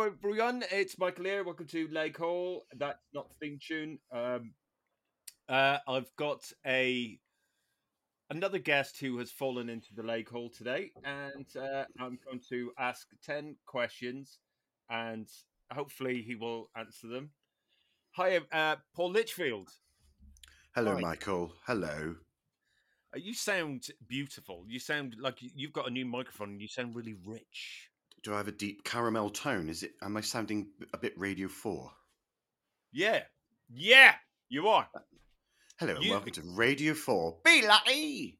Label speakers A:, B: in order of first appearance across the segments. A: everyone. It's Michael here. Welcome to Lake Hall. That's not the theme tune. Um, uh, I've got a another guest who has fallen into the Lake Hall today, and uh, I'm going to ask ten questions, and hopefully he will answer them. Hi, uh, Paul Litchfield.
B: Hello,
A: Hi.
B: Michael. Hello.
A: Uh, You sound beautiful. You sound like you- you've got a new microphone. and You sound really rich.
B: Do I have a deep caramel tone? Is it? Am I sounding a bit Radio Four?
A: Yeah, yeah, you are.
B: Hello and
A: You-
B: welcome to Radio Four. Be lucky.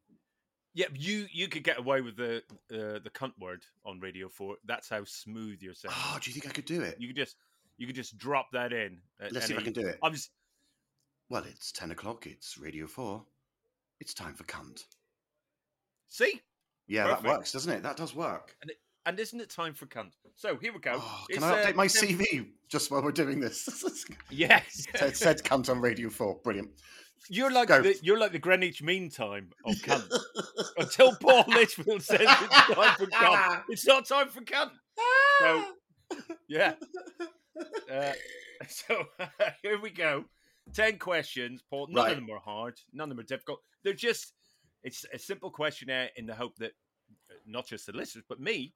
A: Yeah, you you could get away with the uh, the cunt word on Radio Four. That's how smooth you're sounding.
B: Oh, do you think I could do it?
A: You could just you could just drop that in. at
B: Let's see if I
A: any-
B: can do it.
A: I was
B: Well, it's ten o'clock. It's Radio Four. It's time for cunt.
A: see,
B: Yeah, that
A: Perfect.
B: works, doesn't it? That does work.
A: and isn't it time for cunt? So here we go.
B: Oh,
A: It's,
B: can I
A: uh,
B: update my
A: December-
B: CV just while we're doing this?
A: Yes,
B: it said cunt on Radio Four. Brilliant.
A: you're like
B: Go.
A: the, you're like the Greenwich Mean Time of cunt. Until Paul Litchfield says it's time for cunt, it's not time for cunt. So
B: Ah!
A: yeah, uh, so here we go. Ten questions, Paul. None
B: Right.
A: of them are hard. None of them are difficult. They're just it's a simple questionnaire in the hope that uh, not just the listeners but me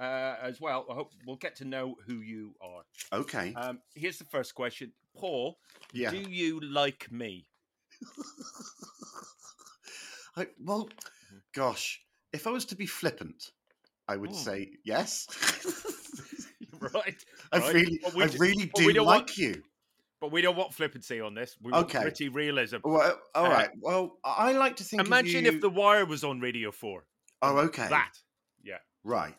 A: uh, as well. I hope we'll get to know who you are.
B: Okay.
A: Um, here's the first question, Paul.
B: yeah.
A: Do you like me?
B: I, well,
A: Mm-hmm.
B: gosh, if I was to be flippant, I would
A: Hmm.
B: say yes.
A: right,
B: I
A: Right.
B: really,
A: Well, we
B: I
A: d-
B: really
A: well, we
B: do
A: don't
B: like
A: want-
B: you.
A: but we don't want flippancy on this. We want
B: Okay.
A: gritty realism.
B: Well, all
A: Uh,
B: right. Well, I I like to think. of
A: Imagine
B: you-
A: if The Wire was on Radio Four.
B: Oh, okay.
A: That.
B: Right.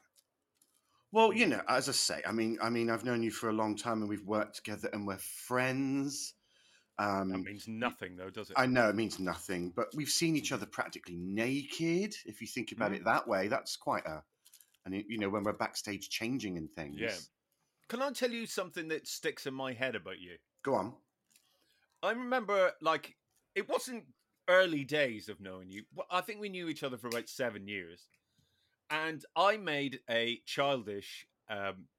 B: Well, you know, as I say, I mean, I mean, I've known you for a long time, and we've worked together, and we're friends. Um,
A: That means nothing, though, does it?
B: I know it means nothing, but we've seen each other practically naked. If you think about
A: Mm.
B: it that way, that's quite a, and it- you know, when we're backstage changing and things.
A: Can I tell you something that sticks in my head about you?
B: Go on.
A: I remember, like, it wasn't early days of knowing you. Well, I think we knew each other for about seven years, and I made a childish um,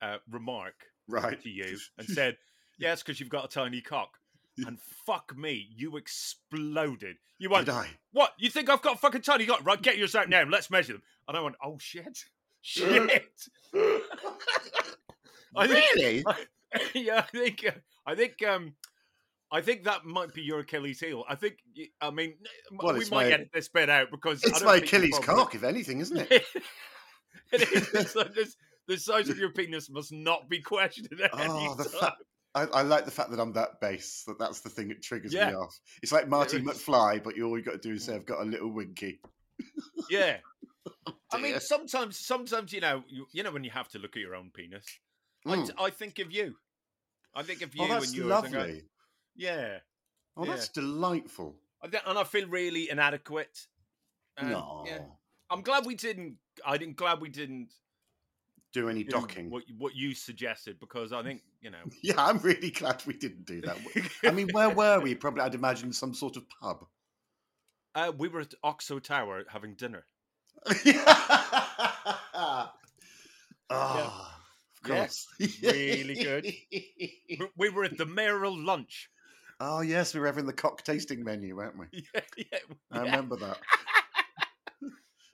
A: uh, remark
B: Right.
A: to you and said, "Yes, because you've got a tiny cock." And fuck me, you exploded. You went,
B: Did I?
A: What? You think I've got a fucking tiny cock? Right, get yours out now. and Let's measure them. And I went, oh shit, shit. I think,
B: really?
A: yeah, I think, uh, I think, um, I think that might be your Achilles heel. I think, y- I mean, m-
B: Well,
A: we
B: it's
A: might
B: my-
A: edit this bit out because I
B: It's
A: don't
B: my
A: think you
B: Achilles
A: probably-
B: cock, if anything, isn't it?
A: It is. It's like this- the size of your penis must not be questioned at
B: Oh,
A: any
B: the
A: time.
B: fa- I, I like the fact that I'm that base. That that's the thing that triggers
A: Yeah.
B: me off. It's like Marty
A: is. Mm.
B: McFly, but you all you got to do is say I've got a little winky.
A: Yeah. I mean,
B: oh, Dear.
A: sometimes, sometimes you know, you, you know, when you have to look at your own penis. I,
B: Mm.
A: t- I think of you. I think of you
B: oh, that's
A: and yours. and
B: lovely.
A: go, yeah,
B: oh, that's delightful.
A: I th- and I feel really inadequate. And,
B: no,
A: Um, yeah. I'm glad we didn't. I didn't. Glad we didn't
B: do any
A: do
B: docking?
A: what what you suggested because I think you know.
B: Yeah, I'm really glad we didn't do that. I mean, where were we? Probably, I'd imagine some sort of pub.
A: uh, we were at Oxo Tower having dinner.
B: Ah, of course.
A: really good. We- We were at the mayoral lunch.
B: Oh yes, we were having the cock tasting menu, weren't we?
A: Yeah, yeah,
B: I
A: yeah.
B: remember that.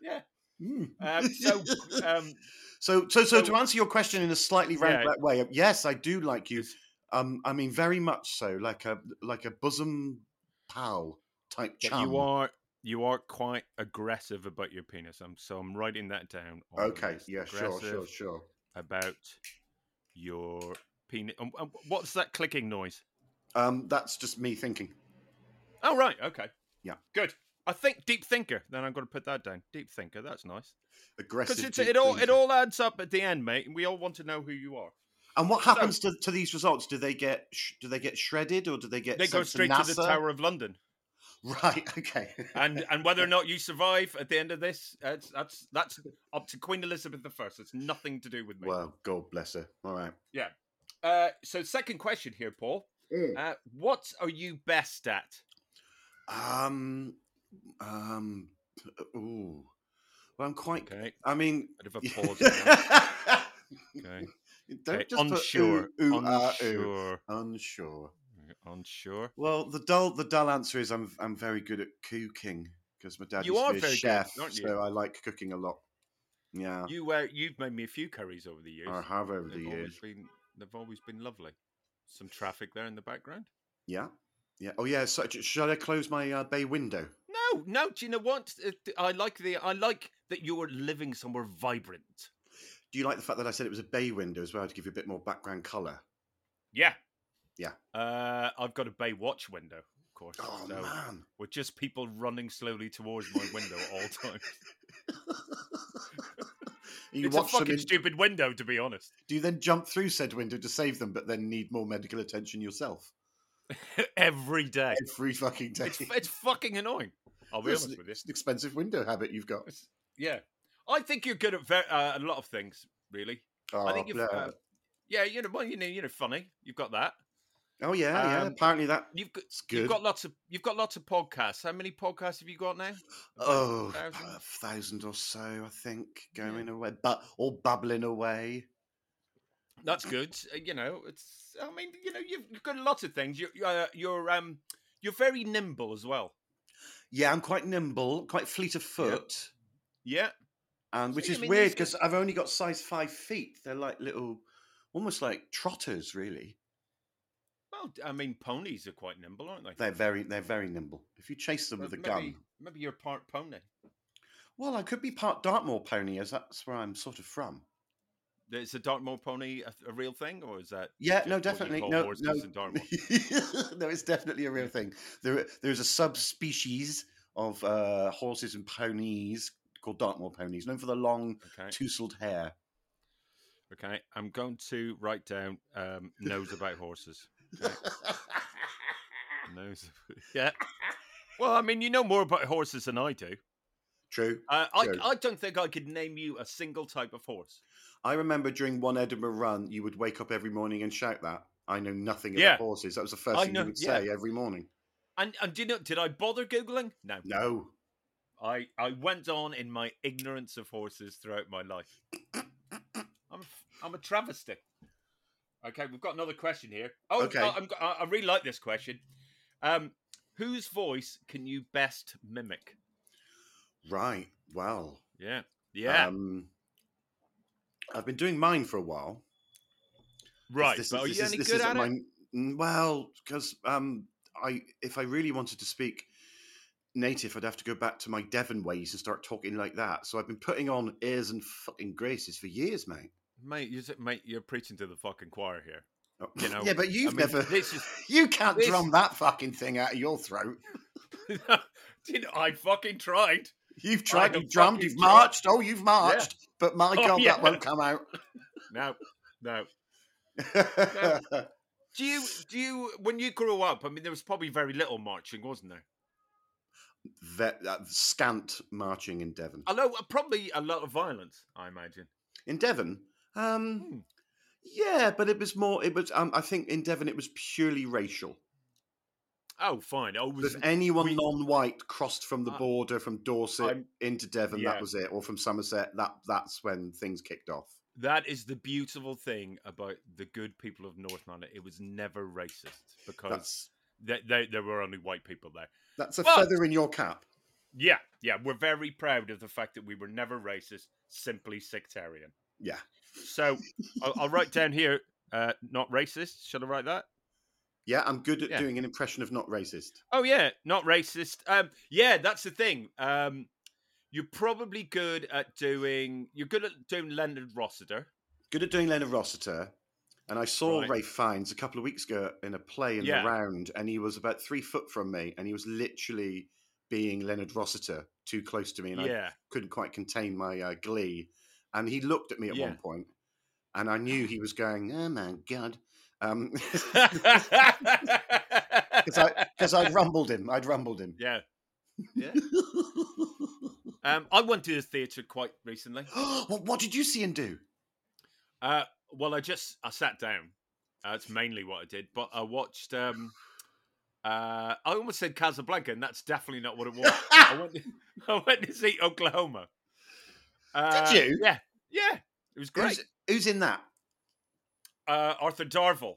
A: yeah.
B: Mm.
A: Um, so, um,
B: so, so, so,
A: so-
B: to answer your question in a slightly roundabout way, yes, I do like you.
A: Yes.
B: Um, I mean, very much so, like a like a bosom pal type
A: but
B: chum.
A: you are you are quite aggressive about your penis. I'm so I'm writing that down. on the
B: okay,
A: list.
B: yeah, sure, sure,
A: Aggressive
B: sure.
A: About your penis. Um, um, what's that clicking noise?
B: Um, that's just me thinking.
A: Oh right, okay.
B: Yeah.
A: Good. I think deep thinker. Then I'm going to put that down. Deep thinker. That's nice.
B: Aggressive.
A: Because it
B: deep
A: all it
B: thinking.
A: all adds up at the end, mate. And we all want to know who you are.
B: And what happens to, to these results? Do they get sh- do they get shredded or do they get
A: They go
B: sent
A: straight to the
B: NASA?
A: Tower of London,
B: Right. Okay.
A: and and whether or not you survive at the end of this, that's that's that's up to Queen Elizabeth I. It's nothing to do with me.
B: well, God bless her. All right.
A: Uh, so second question here, Paul.
B: Mm.
A: Uh, what are you best at?
B: Um. Um. Ooh. Well, I'm quite.
A: Okay,
B: I mean.
A: bit of a
B: Yeah.
A: pause. on that. okay,
B: Don't
A: Okay,
B: just
A: unsure,
B: put ooh, ooh, ah, ooh.
A: unsure,
B: unsure.
A: unsure.
B: Well, the dull the dull answer is I'm I'm very good at cooking because my dad
A: You
B: used to
A: are
B: be a
A: very good,
B: chef,
A: aren't you?
B: so I like cooking a lot. Yeah,
A: You uh, you've made me a few curries over the years.
B: I have Ah. over the
A: They've always
B: years.
A: been they've always been lovely. Some traffic there in the background.
B: Yeah, yeah. Oh yeah. So, should I close my uh, bay window?
A: No, no. Do you know what? Uh, th- I like the I like that you're living somewhere vibrant.
B: Do you like the fact that I said it was a bay window as well to give you a bit more background color?
A: Yeah,
B: Yeah.
A: Uh, I've got a bay watch window, of course.
B: Oh
A: so
B: man.
A: With just people running slowly towards my window at all times.
B: you
A: it's
B: watch
A: a
B: them
A: fucking
B: in,
A: stupid window, to be honest.
B: do you then jump through said window to save them, but then need more medical attention yourself
A: Every day,
B: every fucking day?
A: it's, it's fucking annoying. I'll be
B: It's
A: honest
B: an-
A: with you.
B: it's an expensive window habit you've got.
A: Yeah, I think you're good at ver- uh, a lot of things, really.
B: Oh,
A: I think you've,
B: blur.
A: uh, yeah, you know, well, you know, you know, funny. You've got that.
B: oh yeah, yeah.
A: um,
B: Apparently that's
A: You've got
B: good.
A: you've got lots of you've got lots of podcasts. How many podcasts have you got now? About
B: Oh, a
A: thousand?
B: thousand or so, I think, going away, but all bubbling away.
A: That's good. Uh, You know, it's. I mean, you know, you've you've got a lot of things. You're you're, uh, you're um you're very nimble as well.
B: Yeah, I'm quite nimble, quite fleet of foot,
A: Yeah,
B: and which
A: you
B: is
A: mean
B: weird
A: these guys-
B: because I've only got size five feet. They're like little, almost like trotters, really.
A: Well, d- I mean, ponies are quite nimble, aren't they?
B: They're very, they're very nimble. If you chase them
A: Well,
B: with a
A: maybe,
B: gun,
A: Maybe you're part pony.
B: well, I could be part Dartmoor pony, as that's where I'm sort of from.
A: Is a Dartmoor pony a, a real thing, or is that
B: Yeah,
A: just
B: no,
A: what you
B: definitely,
A: call
B: no,
A: horses
B: no,
A: in Dartmoor?
B: no, it's definitely a real thing. There, there's a subspecies of uh, horses and ponies called Dartmoor ponies, known for the long
A: Okay,
B: tousled hair.
A: okay. I'm going to write down um, knows about horses. Knows. yeah. Well, I mean, you know more about horses than I do.
B: True.
A: Uh, I,
B: Sure.
A: I don't think I could name you a single type of horse.
B: I remember during one Edinburgh run, you would wake up every morning and shout that. I know nothing about
A: Yeah.
B: horses. That was the first
A: I
B: thing
A: know-
B: you would
A: yeah.
B: say every morning.
A: And and do you know? Did I bother googling? No.
B: No.
A: I I went on in my ignorance of horses throughout my life. I'm a f- I'm a travesty. Okay, we've got another question here. Oh,
B: Okay.
A: I, I'm, I I really like this question. Um, whose voice can you best mimic?
B: Right. Well.
A: Yeah, yeah,
B: Um, I've been doing mine for a while.
A: right.
B: This is-
A: but are
B: this
A: you
B: is-
A: any
B: this
A: good
B: isn't
A: at it?
B: my- Mm, well, because um, I, if I really wanted to speak native, I'd have to go back to my Devon ways and start talking like that. So I've been putting on airs and fucking graces for years, mate.
A: Mate, you, mate, you're preaching to the fucking choir here.
B: Oh,
A: You know,
B: yeah, but you've
A: mean,
B: never.
A: This is
B: you can't
A: this-
B: drum that fucking thing out of your throat.
A: Do you know, I fucking tried.
B: You've tried,
A: have
B: you've drummed,
A: fucking
B: you've
A: tried.
B: marched. Oh, you've marched. But my
A: Oh,
B: God,
A: yeah.
B: that won't come out.
A: No, no. Do you do you when you grew up? I mean, there was probably very little marching, wasn't there?
B: That, that scant marching in Devon.
A: Although uh, probably a lot of violence, I imagine.
B: In Devon, um,
A: Hmm.
B: yeah, but it was more. It was. Um, I think in Devon, it was purely racial.
A: Oh, fine. Oh,
B: If
A: was,
B: anyone
A: we-
B: non-white crossed from the
A: I-
B: border from Dorset
A: I'm-
B: into Devon,
A: Yeah.
B: that was it, or from Somerset, that that's when things kicked off.
A: that is the beautiful thing about the good people of North London. It was never racist because
B: That's
A: they, they, there were only white people there.
B: that's a
A: But-
B: feather in your cap.
A: Yeah, yeah. We're very proud of the fact that we were never racist, simply sectarian.
B: Yeah,
A: So I'll, I'll write down here, uh, not racist. Should I write that?
B: yeah. I'm good at
A: Yeah.
B: doing an impression of not racist.
A: Oh yeah, not racist. Um, yeah, that's the thing. Um, you're probably good at doing. You're good at doing Leonard Rossiter.
B: Good at doing Leonard Rossiter. And I saw
A: Right.
B: Ray Fiennes a couple of weeks ago in a play in
A: Yeah.
B: the round, and he was about three foot from me, and he was literally being Leonard Rossiter too close to me, and I
A: yeah,
B: couldn't quite contain my uh, glee. And he looked at me at
A: Yeah.
B: one point, and I knew he was going, "Oh my god," because I because I'd rumbled him. I'd rumbled him.
A: yeah, yeah. Um, I went to the theatre quite recently.
B: what, what did you see him do?
A: Uh, well, I just I sat down. Uh, that's mainly what I did. But I watched. Um, uh, I almost said Casablanca, and that's definitely not what it was. I went. I went to see Oklahoma. Uh,
B: you?
A: Yeah, yeah. It was great.
B: Who's, who's in that?
A: uh, Arthur Darvill.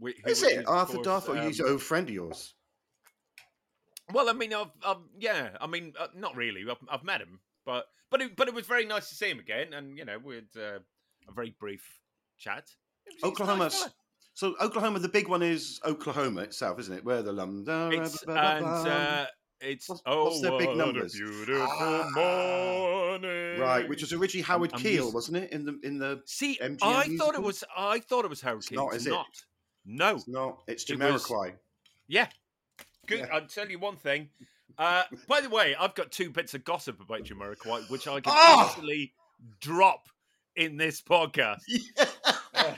A: wh- who
B: Is
A: was,
B: it
A: of
B: Arthur
A: course,
B: Darth?
A: um,
B: he's an old friend of yours.
A: Well, I mean, I've, I've yeah, I mean, uh, not really. I've, I've met him, but but it, but it was very nice to see him again, and you know, we had uh, a very brief chat. He was- he's a nice
B: Oklahoma's-
A: fella.
B: So Oklahoma, the big one is Oklahoma itself, isn't it? Where the lum. da-
A: It's
B: ba-
A: and
B: ba- ba-
A: uh, it's
B: What's-
A: oh,
B: what's their big
A: what a
B: numbers?
A: beautiful
B: Ah,
A: morning.
B: right, which was originally Howard
A: I'm
B: Keel,
A: used-
B: wasn't it? In the in the
A: see,
B: MGM
A: I thought
B: musical?
A: it was, I thought it was Howard
B: It's
A: King.
B: not,
A: It's
B: is it?
A: not. No,
B: it's not it's
A: It was-
B: Jamiroquai.
A: Yeah. Good.
B: Yeah.
A: I'll tell you one thing. Uh, by the way, I've got two bits of gossip about Jamiroquai, which I can
B: Oh!
A: actually drop in this podcast. I-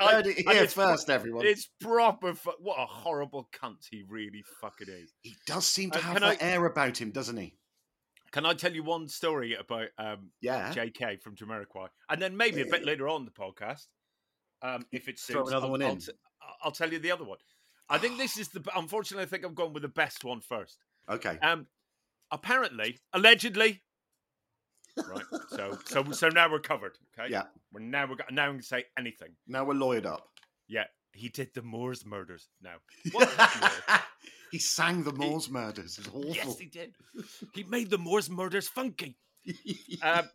A: I-
B: heard it
A: and
B: here
A: it's-
B: first, everyone.
A: It's proper. Fu- what a horrible cunt he really fucking is.
B: He does seem to
A: Uh,
B: have
A: can
B: that air about him, doesn't he?
A: Can I tell you one story about um,
B: Yeah.
A: JK from Jamiroquai? And then maybe a bit later on in the podcast, um, if it's
B: Throw another
A: I'll,
B: one
A: I'll
B: in.
A: t- I'll tell you the other one. I think this is the. Unfortunately, I think I've gone with the best one first.
B: Okay.
A: Um, apparently, allegedly. Right. So, so, so now we're covered. Okay.
B: Yeah.
A: We're now we're go- now we can say anything.
B: Now we're lawyered up.
A: He did the Moors murders. Now.
B: he sang the Moors murders. It's awful.
A: yes, he did. He made the Moors murders funky. Um,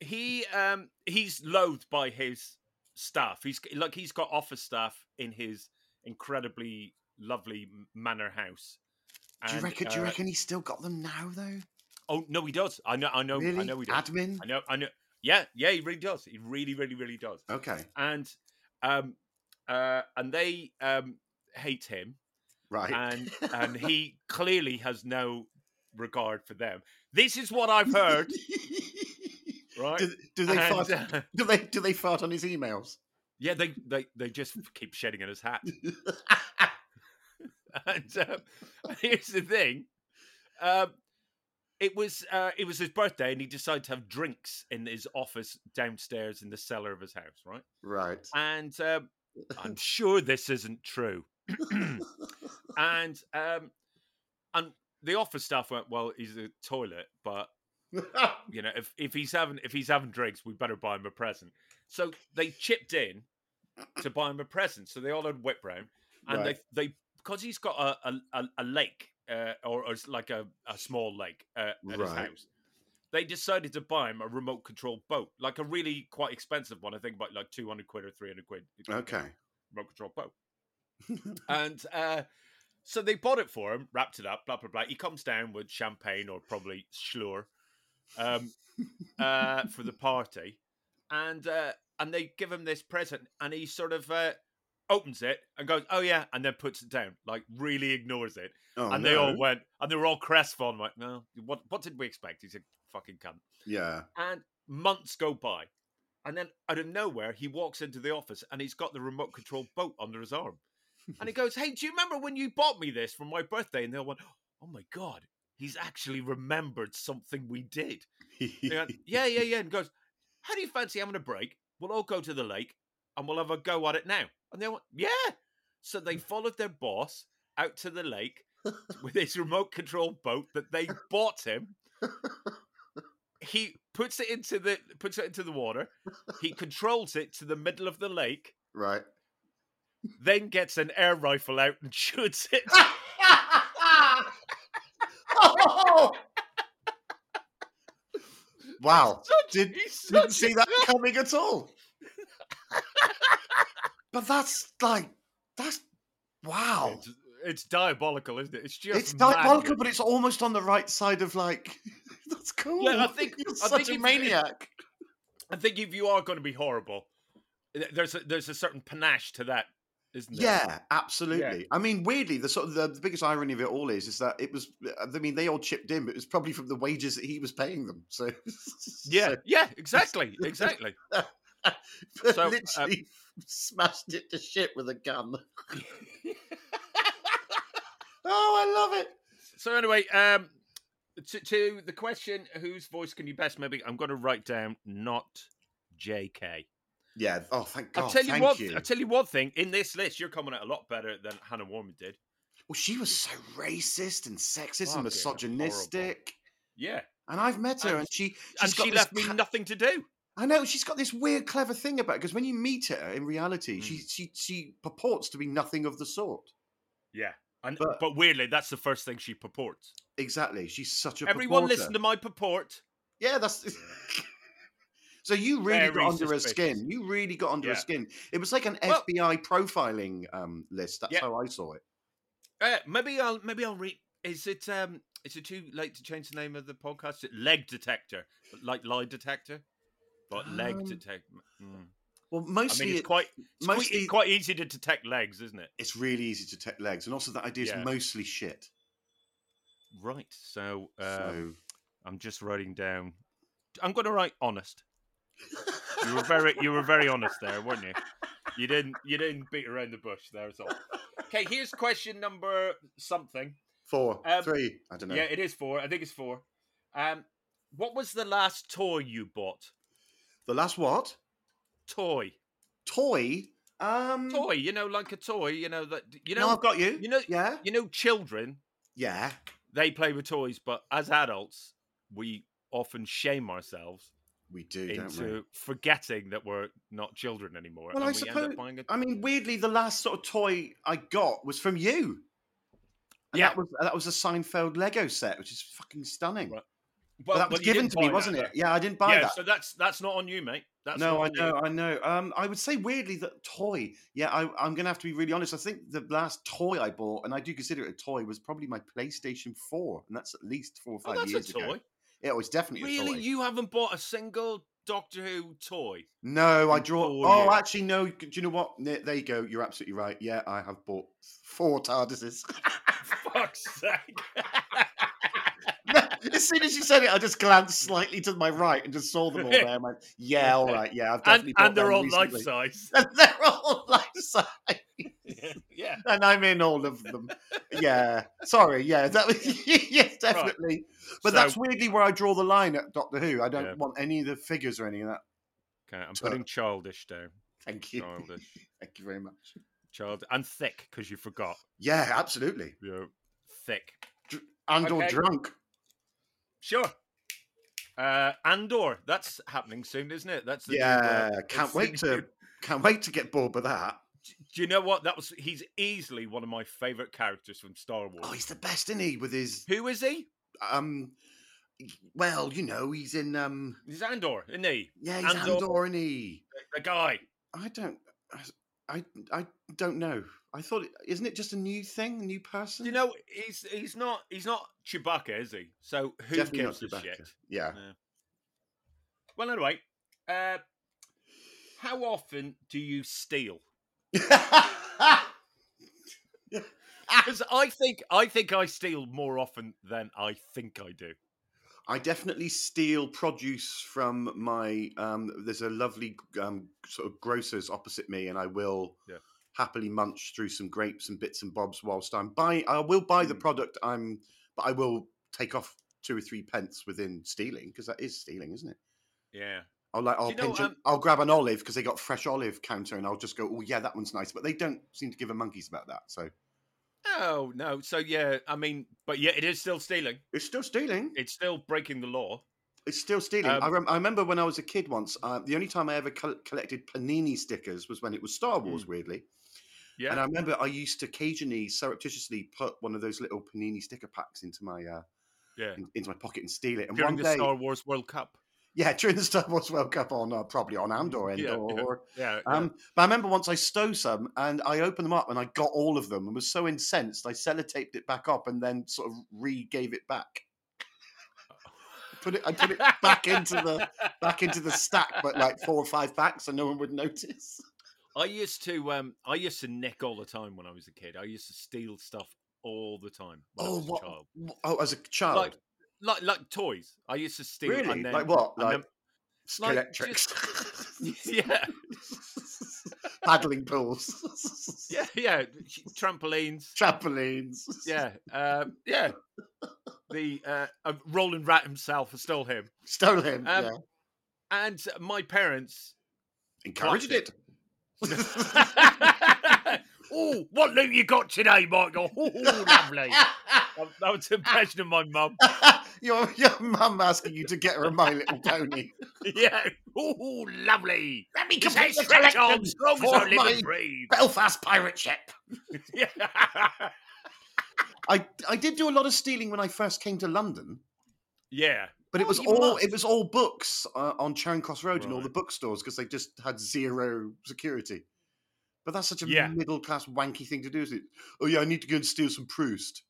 A: he um he's loathed by his staff. He's like he's got office staff in his incredibly lovely manor house.
B: do you
A: And,
B: reckon? do
A: uh,
B: you reckon he's still got them now, though?
A: Oh no, he does. I know. Oh, I know.
B: really?
A: I know he does.
B: Admin.
A: I know. I know. Yeah, yeah, he really does. He really, really, really does.
B: Okay.
A: And um, uh, and they um hate him,
B: Right.
A: and and he clearly has no regard for them. This is what I've heard, right?
B: do, do they
A: And,
B: fart?
A: uh,
B: Do they do they fart on his emails?
A: yeah, they they they just keep shedding in his hat. and um, here's the thing. Um, it was uh, it was his birthday, and he decided to have drinks in his office downstairs in the cellar of his house, right?
B: Right.
A: and um, I'm sure this isn't true. and um, and the office staff went, well, he's a toilet, but you know, if, if he's having if he's having drinks, we better buy him a present. So they chipped in to buy him a present. So they all had whip round, and
B: Right.
A: they they because he's got a a, a, a lake uh, or, or it's like a, a small lake uh, at his
B: Right.
A: house. They decided to buy him a remote control boat, like a really quite expensive one. I think about like two hundred quid or three hundred quid.
B: okay.
A: remote control boat. and uh, so they bought it for him, wrapped it up, blah blah blah. He comes down with champagne or probably schlur um, uh, for the party, and uh, and they give him this present, and he sort of uh, opens it and goes, "Oh yeah," and then puts it down, like really ignores it.
B: Oh,
A: and they all
B: no.
A: went, and they were all crestfallen, like, "No, what what did we expect?" He's a fucking cunt.
B: Yeah.
A: And months go by. And then out of nowhere, he walks into the office and he's got the remote control boat under his arm. And he goes, Hey, do you remember when you bought me this for my birthday? And they all went, Oh my God, he's actually remembered something we did. They went, yeah, yeah, yeah. And he goes, How do you fancy having a break? We'll all go to the lake and we'll have a go at it now. And they went, Yeah. So they followed their boss out to the lake with his remote control boat that they bought him. He puts it into the puts it into the water. He controls it to the middle of the lake,
B: right.
A: then gets an air rifle out and shoots it.
B: wow.
A: Such-
B: Did-
A: he's such
B: Didn't
A: a
B: see that coming at all. but that's like that's wow.
A: It's, it's diabolical, isn't it? It's just
B: Oh. It's diabolical,
A: madness.
B: but it's almost on the right side of like that's cool.
A: Yeah, I think-
B: you're
A: I
B: such
A: think
B: a
A: if-
B: maniac.
A: I think if you are going to be horrible, th- there's a, there's a certain panache to that, isn't there?
B: Yeah, absolutely. I mean, weirdly, the sort of the, the biggest irony of it all is is that it was. uh, I mean, they all chipped in, but it was probably from the wages that he was paying them. So
A: yeah,
B: so
A: yeah, exactly, exactly. So, uh,
B: literally smashed it to shit with a gun. oh, I love it.
A: So anyway, um, to, to the question, whose voice can you best? Maybe I'm going to write down not J.K.
B: Yeah. Oh, thank God.
A: I'll tell you
B: thank
A: what.
B: you.
A: I'll tell you one thing. In this list, you're coming out a lot better than Hannah Warman did.
B: Well, she was so racist and sexist and
A: Fucking horrible.
B: misogynistic.
A: Yeah,
B: And I've met her,
A: And-
B: and she she's
A: and
B: got
A: she
B: this
A: left me
B: pa-
A: nothing to do.
B: I know she's got this weird, clever thing about because when you meet her in reality, she
A: Mm.
B: she she purports to be nothing of the sort.
A: Yeah. And, but,
B: But-
A: weirdly, that's the first thing she purports.
B: Exactly, she's such a.
A: Everyone,
B: purporter.
A: listen to my purport.
B: Yeah, that's. so you really
A: Very
B: got under her
A: suspicious.
B: skin. You really got under her
A: Yeah.
B: skin. It was like an
A: Well-
B: FBI profiling um, list. That's
A: Yeah.
B: how I saw it.
A: Uh, maybe I'll maybe I'll read. Is it um is it too late to change the name of the podcast? Leg detector, like lie detector, but leg
B: Um,
A: detector. Mm.
B: Well,
A: I
B: mostly
A: mean, it's
B: it-
A: quite it's quite-
B: mostly-
A: it's quite easy to detect legs, isn't it?
B: it's really easy to take legs, and also that idea is
A: Yeah.
B: mostly shit.
A: Right. So, uh,
B: So
A: I'm just writing down. I'm going to write honest. You were very you were very honest there, weren't you? You didn't you didn't beat around the bush there at all. Okay, here's question number something.
B: four,
A: um,
B: three. I don't know.
A: Yeah, it is four. I think it's four. Um, what was the last toy you bought?
B: The last what
A: Toy,
B: toy? Um,
A: toy. You know, like a toy. You know that you know
B: no, I've got you.
A: you know
B: yeah,
A: you know children.
B: yeah.
A: They play with toys, but as adults, we often shame ourselves
B: We do, don't we?
A: into forgetting that we're not children anymore,
B: Well,
A: and
B: I
A: we end
B: suppose-
A: up buying a
B: I mean, weirdly, the last sort of toy I got was from you. And
A: Yeah.
B: that was that was a Seinfeld Lego set, which is fucking stunning.
A: Right.
B: But that was
A: you
B: given
A: didn't
B: to me,
A: buy that,
B: wasn't
A: though.
B: it? Yeah, I didn't buy
A: yeah,
B: that.
A: so that's that's not on you, mate. That's
B: no,
A: not
B: I
A: on you.
B: know, I know. Um, I would say weirdly that toy. Yeah, I, I'm going to have to be really honest. I think the last toy I bought, and I do consider it a toy, was probably my PlayStation 4, and that's at least four or
A: Oh,
B: five
A: that's
B: years
A: a toy.
B: ago. Yeah, it was definitely a
A: Really,
B: toy.
A: you haven't bought a single Doctor Who toy?
B: No, I
A: And
B: draw.
A: four
B: Oh,
A: years.
B: actually, no. Do you know what? There there you go. You're absolutely right. Yeah, I have bought four TARDISes.
A: Fuck's sake!
B: as soon as you said it, I just glanced slightly to my right and just saw them all there. and went, yeah, all right, yeah, I've
A: and
B: definitely. bought
A: and they're
B: them
A: all life
B: recently.
A: size.
B: And they're all life size,
A: yeah, yeah.
B: and I'm in all of them. Yeah, sorry, yeah, that was yes, definitely. But
A: So-
B: that's weirdly where I draw the line at Doctor Who. I don't
A: Yeah.
B: want any of the figures or any of that.
A: Okay, I'm
B: So-
A: putting childish down.
B: Thank you,
A: Childish,
B: thank you very much.
A: child, and thick because you forgot.
B: Yeah, absolutely,
A: You're thick.
B: and or
C: Okay.
B: drunk.
A: Sure. Uh, Andor, that's happening soon, isn't it? That's the new, uh,
B: Yeah, can't
A: it's the
B: wait
A: new-
B: to can't wait to get bored with that.
A: Do you know what? That was he's easily one of my favorite characters from Star Wars.
B: Oh, he's the best, isn't he? With his
A: Who is he?
B: um, well, you know, he's in um,
A: He's Andor, isn't he?
B: yeah, he's
A: Andor.
B: Andor, isn't he?
A: The guy.
B: I don't, I I don't know. I thought, it, isn't it just a new thing, a new person?
A: You know, he's he's not he's not Chewbacca, is he? So who
B: Definitely not
A: gives a
B: Chewbacca.
A: shit?
B: Yeah.
A: Well, anyway, uh, how often do you steal? Because I think I think I steal more often than I think I do.
B: I definitely steal produce from my. Um, there's a lovely um, sort of grocer's opposite me, and I will
A: Yeah.
B: happily munch through some grapes and bits and bobs whilst I'm buying. I will buy the
A: Mm.
B: product I'm, but I will take off two or three pence within stealing because that is stealing, isn't it?
A: Yeah.
B: I'll like I'll
A: you know,
B: pinch. an-
A: um,
B: I'll grab an olive because they got fresh olive counter, and I'll just go, oh yeah, that one's nice. But they don't seem to give a monkeys about that, so
A: Oh no. So yeah, I mean, but yeah, it is still stealing.
B: it's still stealing.
A: It's still breaking the law.
B: It's still stealing. I,
A: Um,
B: rem- I remember when I was a kid once, uh, the only time I ever col- collected Panini stickers was when it was Star Wars, weirdly.
A: Mm. Yeah.
B: And uh, I remember I used to occasionally surreptitiously put one of those little Panini sticker packs into my uh,
A: Yeah.
B: in- into my pocket and steal it. And
A: During
B: one
A: the
B: day,
A: Star Wars World Cup.
B: yeah, during the Star Wars World Cup on uh, probably on Andor, Endor.
A: Mm, Yeah, yeah. Yeah. yeah.
B: Um, but I remember once I stole some and I opened them up and I got all of them and was so incensed I sellotaped it back up and then sort of re gave it back. Put it, I put it back into the back into the stack, but like four or five packs, so no one would notice.
A: I used to um I used to nick all the time when I was a kid. I used to steal stuff all the time when I
B: Oh,
A: was
B: what?
A: a child.
B: wh- Oh, as a child,
A: Like like like toys. I used to steal
B: really?
A: and then
B: like what?
A: and
B: Like
A: then- like, just-
B: electrics,
A: yeah,
B: paddling pools,
A: yeah, yeah. sh- Trampolines.
B: trampolines.
A: Yeah. Uh, yeah. The uh uh, Roland Rat himself I stole him.
B: stole him.
A: Um,
B: yeah.
A: And my parents
B: Encouraged it.
A: Oh, what loot you got today, Michael? Oh, lovely. That that was the impression of my mum.
B: your your mum asking you to get her a My Little Pony.
A: Yeah. Oh, lovely.
B: Let me
A: His head stretched on strong as
B: for
A: I live
B: my-
A: and breathe.
B: Belfast pirate ship.
A: Yeah.
B: I I did do a lot of stealing when I first came to London,
A: yeah.
B: but it
A: Oh,
B: was
A: you
B: all
A: must.
B: it was all books uh, on Charing Cross Road and all
A: Right.
B: the bookstores because they just had zero security. But that's such a
A: Yeah.
B: middle class wanky thing to do, isn't it? Oh yeah, I need to go and steal some Proust.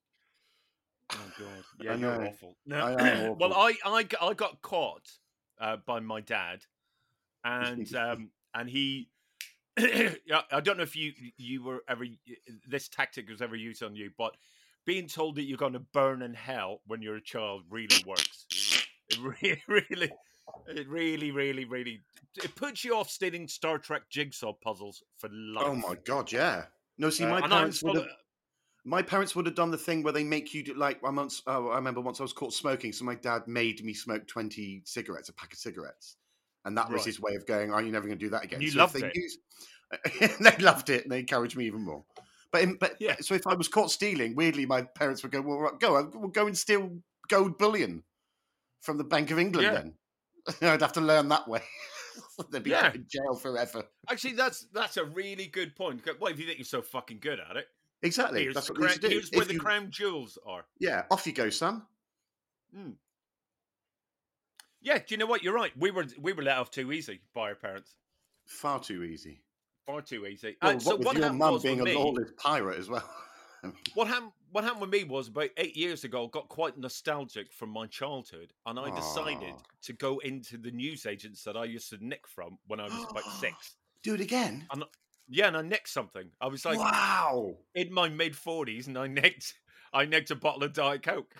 A: Oh God! Yeah,
B: I
A: you're
B: know.
A: awful. No.
B: I am
A: well,
B: awful.
A: I, I g- I got caught uh, by my dad, and um, and he. Yeah, I don't know if you you were ever this tactic was ever used on you, but being told that you're going to burn in hell when you're a child really works. It re- really, it really, really, really, it puts you off stealing Star Trek jigsaw puzzles for life.
B: Oh my god, yeah. No, see,
C: Uh,
B: my
A: And I was
B: parents would have
A: full of-
B: My parents would have done the thing where they make you do, like. I once, oh, I remember once I was caught smoking, so my dad made me smoke twenty cigarettes, a pack of cigarettes, and that was
A: Right.
B: his way of going, "Are you never going to do that again?"
A: You
B: so if
A: loved
B: they
A: it.
B: used- they loved it, and they encouraged me even more. But in, but
A: Yeah.
B: so if I was caught stealing, weirdly, my parents would go, "Well, right, go, uh, we'll go and steal gold bullion from the Bank of England."
A: Yeah.
B: Then I'd have to learn that way. They'd be
A: Yeah.
B: put in jail forever.
A: actually, that's that's a really good point. Well, if you think you're so fucking good at it,
B: Exactly.
A: Here's,
B: That's
A: the
B: what we used
A: crown-
B: to do.
A: here's where
B: If
A: the
B: you-
A: crown jewels are.
B: yeah, off you go, Sam.
A: Yeah, do you know what? You're right. We were we were let off too easy by our parents.
B: Far too easy.
A: Far too easy.
B: Well,
A: And so
B: what with
A: what
B: your
A: happened
B: mum
A: was with
B: being a
A: me-
B: lawless pirate as well? I mean,
A: What happened? What happened with me was about eight years ago. I got quite nostalgic from my childhood, and I decided
B: Aw.
A: to go into the newsagents that I used to nick from when I was about six.
B: do it again.
A: Yeah, and I nicked something. I was like
B: wow.
A: in my mid forties, and I nicked. I nicked a bottle of Diet Coke.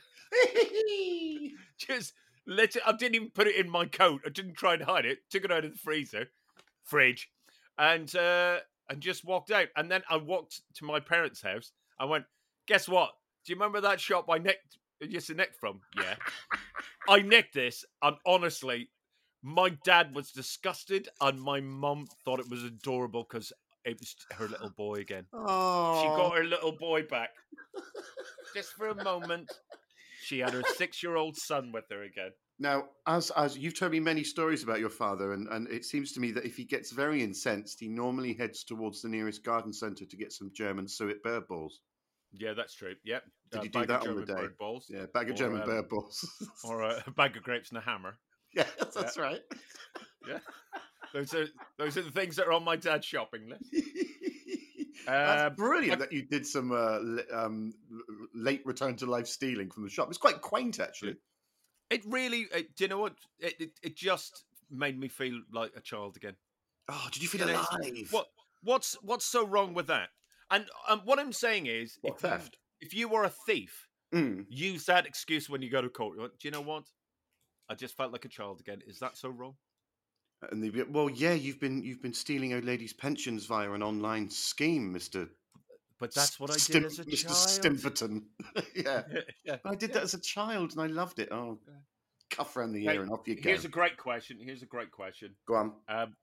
A: Just let it. I didn't even put it in my coat. I didn't try and hide it. Took it out of the freezer, fridge, and uh, and just walked out. And then I walked to my parents' house. I went, guess what? Do you remember that shop I nicked? Yes, to nick from. Yeah, I nicked this, and honestly, my dad was disgusted, and my mum thought it was adorable because it was her little boy again. She got
B: oh,
A: her little boy back. Just for a moment, she had her six year old son with her again.
B: now, as as you've told me many stories about your father, and, and it seems to me that if he gets very incensed, he normally heads towards the nearest garden centre to get some German suet bird balls.
A: Yeah, that's true. Yep.
B: Did you do
A: bag of
B: that on the
A: German
B: day?
A: bird balls
B: Yeah, bag of
A: Or,
B: German
A: um,
B: bird balls.
A: or a, a bag of grapes and a hammer.
B: yeah, that's right.
A: Those are those are the things that are on my dad's shopping list.
B: That's
A: Um,
B: brilliant that you did some uh, li- um, l- late return to life stealing from the shop. It's quite quaint, actually.
A: it really, it, do you know what? It, it it just made me feel like a child again.
B: Oh, did you feel
A: You know,
B: alive?
A: it's- What what's what's so wrong with that? And um, what I'm saying is,
B: What,
A: if you-
B: theft?
A: if you were a thief,
B: Mm.
A: use that excuse when you go to court. You're like, Do you know what? I just felt like a child again. Is that so wrong?
B: And they well, yeah, you've been you've been stealing old ladies' pensions via an online scheme, Mister.
A: But that's what I did as a
B: Mister
A: child.
B: Stimperton. yeah,
A: yeah.
B: I did that as a child, and I loved it. Oh,
A: Yeah.
B: cuff round the
A: Hey,
B: ear and off you go.
A: Here's a great question. Here's a great question.
B: Go on.
A: Um,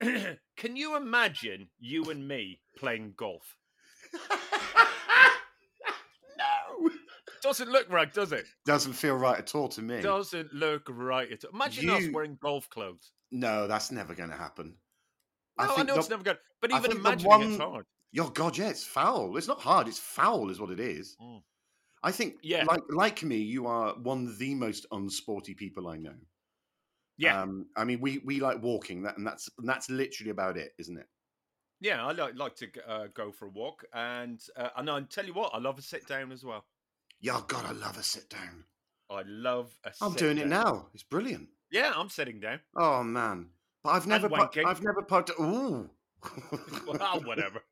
A: can you imagine you and me playing golf?
B: no,
A: Doesn't look right, does it?
B: doesn't feel right at all to me.
A: Doesn't look right at all. Imagine us
B: You-
A: wearing golf clothes.
B: No, that's never going to happen.
A: No, I,
B: think
A: know
B: the-
A: it's never going. But
B: I
A: even
B: think the
A: imagining it's
B: one- uh,
A: hard.
B: Your God, yeah, it's foul. It's not hard. It's foul, is what it is.
A: Mm.
B: I think,
A: Yeah.
B: like like me, you are one of the most unsporty people I know.
A: Yeah,
B: Um, I mean, we we like walking, that, and that's and that's literally about it, isn't it?
A: yeah. I like like to g- uh, go for a walk, and uh, and I tell you what, I love a sit down as well.
B: Yeah, oh God, I love a sit down.
A: I love a.
B: I'm
A: sit
B: doing it
A: down.
B: now. It's brilliant.
A: Yeah, I'm sitting down.
B: Oh man, but I've never part-
A: wanking.
B: I've never part- ooh.
A: Well, whatever.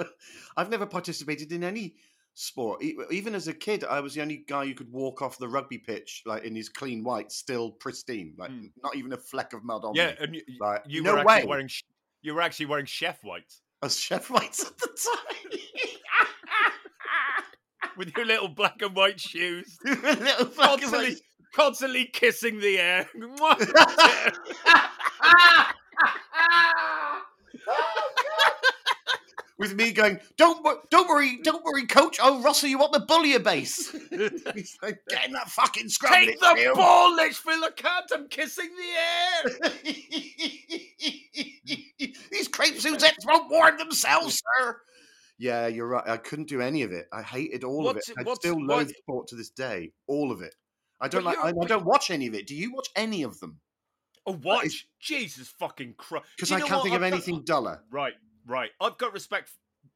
B: I've never participated in any sport. E- Even as a kid, I was the only guy who could walk off the rugby pitch like in his clean white, still pristine, like
A: Mm.
B: not even a fleck of mud on
A: Yeah,
B: me.
A: and you, you-
B: Like,
A: you
B: no
A: were
B: way.
A: actually wearing sh- you were actually wearing chef whites
B: as chef whites at the time.
A: with your little black and white shoes,
B: Little fleck of
A: constantly, constantly kissing the air. Mwah.
B: white- oh, God. with me going, "Don't wo- don't worry, don't worry, coach. I'll rustle you up the base." He's like, "Get in that fucking scrum,
A: Take the
B: Litchfield."
A: ball, Litchfield. I can't. I'm kissing the air.
B: These crepe Suzettes won't warm themselves, sir. Yeah, you're right. I couldn't do any of it. I hated all
A: What's-
B: of it. I
A: what's-
B: still
A: what-
B: loathe sport to this day. All of it. I don't
A: But
B: like. I,
A: you're-
B: I don't watch any of it. Do you watch any of them?
A: Oh, watch. Jesus fucking Christ.
B: Because
A: You
B: I
A: know
B: can't
A: what?
B: think of
A: I've got-
B: anything duller.
A: Right, right. I've got respect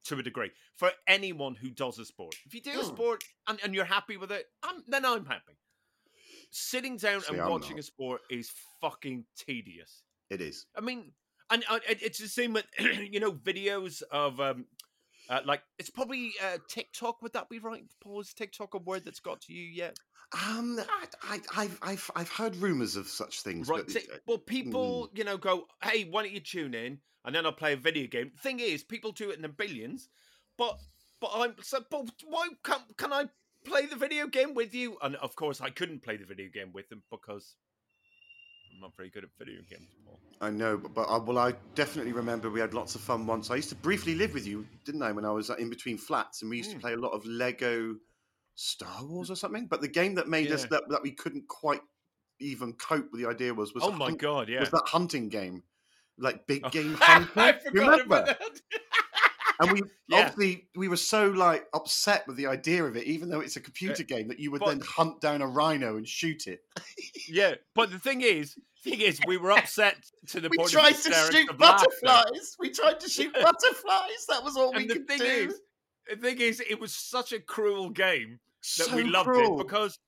A: to a degree for anyone who does a sport. If you do a
B: Mm.
A: sport and, and you're happy with it, I'm, then I'm happy. Sitting down
B: See,
A: and
B: I'm
A: watching
B: not.
A: a sport is fucking tedious.
B: It is.
A: I mean, and uh, it- it's the same with you know videos of um, uh, like it's probably uh, TikTok. Would that be right? Paul, is TikTok a word that's got to you yet?
B: Um, I, I, I've, I've, I've heard rumors of such things.
A: Right.
B: but
A: Ti- well, people
B: mm.
A: you know go, hey, why don't you tune in? And then I play a video game. Thing is, people do it in the billions, but but I'm so but why can't can I play the video game with you? And of course, I couldn't play the video game with them because I'm not very good at video games. Paul.
B: I know, but, but I, well, I definitely remember we had lots of fun once. I used to briefly live with you, didn't I, when I was uh, in between flats, and we used to
A: Mm.
B: play a lot of Lego Star Wars or something. But the game that made us
A: Yeah.
B: that, that we couldn't quite even cope with the idea was was
A: Oh
B: a
A: my
B: hunt-
A: god! Yeah.
B: was that hunting game, like big
A: Oh.
B: game
A: I
B: hunter. You
A: forgot about
B: remember?
A: that.
B: And we
A: Yeah.
B: obviously we were so like upset with the idea of it, even though it's a computer game that you would
A: Uh, but-
B: then hunt down a rhino and shoot it.
A: Yeah, but the thing is, thing is, we were upset to the
B: We
A: point
B: tried
A: of
B: to
A: hysterics
B: shoot
A: of laughter.
B: butterflies. We tried to shoot butterflies. That was all we
A: And the
B: could
A: thing
B: do.
A: is, the thing is, it was such a cruel game that
B: So
A: we loved
B: cruel.
A: it because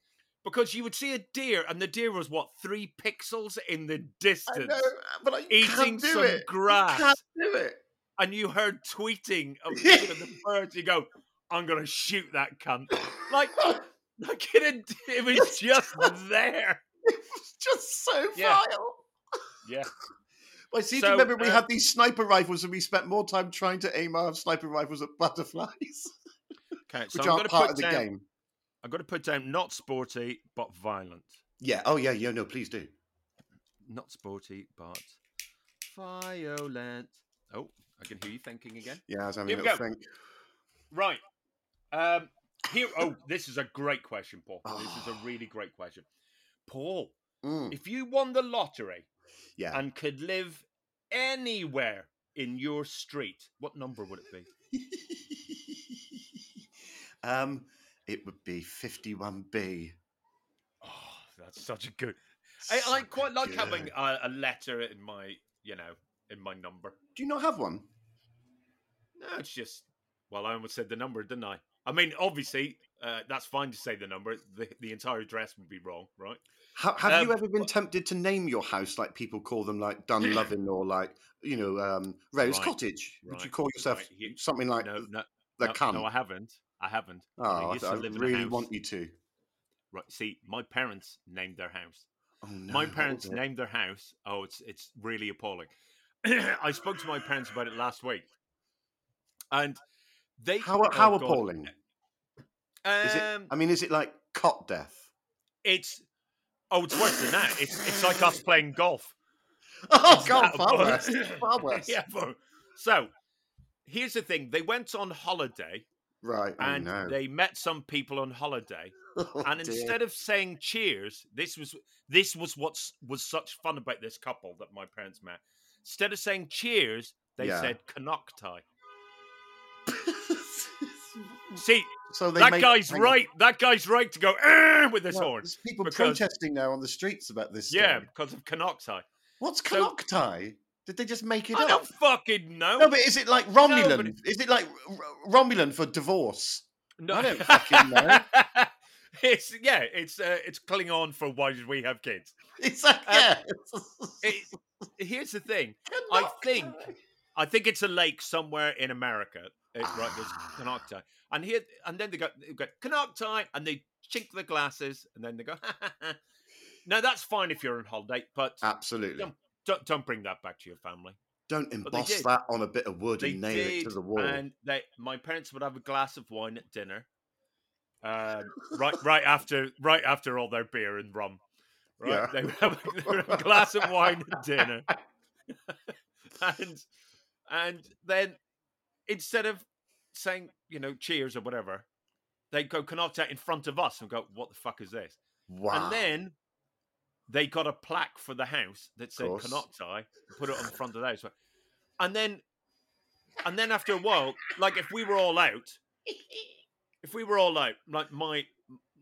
A: because you would see a deer, and the deer was what three pixels in the
B: I
A: distance,
B: know, but I you
A: eating
B: can't do
A: some
B: it.
A: grass,
B: You can't do it.
A: and you heard tweeting of you know, the birds. You go, "I'm gonna shoot that cunt!" Like, like it, it was just there.
B: it's just so
A: Yeah.
B: vile.
A: Yeah.
B: I seem
A: So,
B: to remember we
A: uh,
B: had these sniper rifles and we spent more time trying to aim our sniper rifles at butterflies,
A: Okay, so
B: which
A: I'm
B: aren't
A: gonna
B: part
A: put
B: of the
A: down.
B: game.
A: I'm gonna put down not sporty but violent.
B: Yeah. Oh, yeah. Yeah. No, please do.
A: not sporty, but violent. Oh, I can hear you thinking again.
B: Yeah, I was having
A: Here
B: a
A: we
B: little
A: go.
B: think.
A: Right. Um here oh, this is a great question, Paul. This is
B: Ah.
A: a really great question. Paul,
B: Mm,
A: if you won the lottery
B: yeah.
A: and could live anywhere in your street, what number would it be?
B: um, it would be fifty-one B.
A: Oh, that's such a good I, I quite like having a, a letter in my, you know, in my number.
B: Do you not have one?
A: No, it's just. Well, I almost said the number, didn't I? I mean, obviously, uh, that's fine to say the number. The, the entire address would be wrong, right?
B: Ha have you
A: Um,
B: ever been tempted to name your house like people call them, like Dunlovin or like you know um, Rose
A: Right,
B: Cottage? Would you
A: right,
B: call yourself
A: right, you-
B: something like
A: no, no,
B: the
A: no,
B: cunt?
A: no, I haven't. I haven't.
B: oh, I,
A: used to
B: I
A: live in a
B: really
A: house.
B: want you to.
A: Right. See, my parents named their house.
B: Oh no!
A: my
B: what was
A: parents
B: it?
A: named their house. Oh, it's it's really appalling. I spoke to my parents about it last week, and they
B: How
A: oh,
B: how
A: God.
B: appalling? Is it-
A: Um,
B: I mean, is it like cot death?
A: it's oh, it's worse than that. It's it's like us playing golf.
B: Oh
A: It's
B: god,
A: that
B: far
A: bad.
B: worse! Far worse.
A: yeah. bro. So here's the thing: they went on holiday
B: Right. oh, I
A: and
B: know. Oh,
A: they met some people on holiday, and instead of saying cheers, this was this was what was such fun about this couple that my parents met. Instead of saying cheers, they
B: Yeah.
A: said Canucktai. See,
B: so they
A: that
B: made-
A: guy's
B: hang on.
A: right. That guy's right to go "Arr!" with his
B: Well,
A: horn.
B: there's people
A: because-
B: protesting now on the streets about this.
A: Yeah,
B: story.
A: because of Canucktai.
B: What's
A: So-
B: Canoctai? Did they just make it
A: I
B: up?
A: don't fucking know.
B: No, but is it like Romulan?
A: but
B: Is it like R- R- Romulan for divorce?
A: No.
B: I don't fucking know.
A: it's yeah, it's uh, it's Klingon for why did we have kids?
B: It's like
A: Um,
B: yeah.
A: It, here's the thing. I think- I think it's a lake somewhere in America. It, right, there's
B: Ah.
A: Canoctai. And here and then they go they go Canoctai and they chink the glasses and then they go No, that's fine if you're on holiday, but
B: Ah. absolutely.
A: don't don't bring that back to your family.
B: Don't
A: but they
B: emboss
A: did.
B: that on a bit of wood
A: They
B: and nail it to
A: did,
B: the wall.
A: And they my parents would have a glass of wine at dinner. Um, right right after right after all their beer and rum. Right.
B: Yeah.
A: They, would have a, they would have a glass of wine at dinner. and and then instead of saying, you know, cheers or whatever, they go connect out in front of us and go, what the fuck is this?
B: Wow.
A: And then they got a plaque for the house that said
B: Course.
A: Canoctai, put it on the front of the house. And then and then after a while, like if we were all out, if we were all out, like my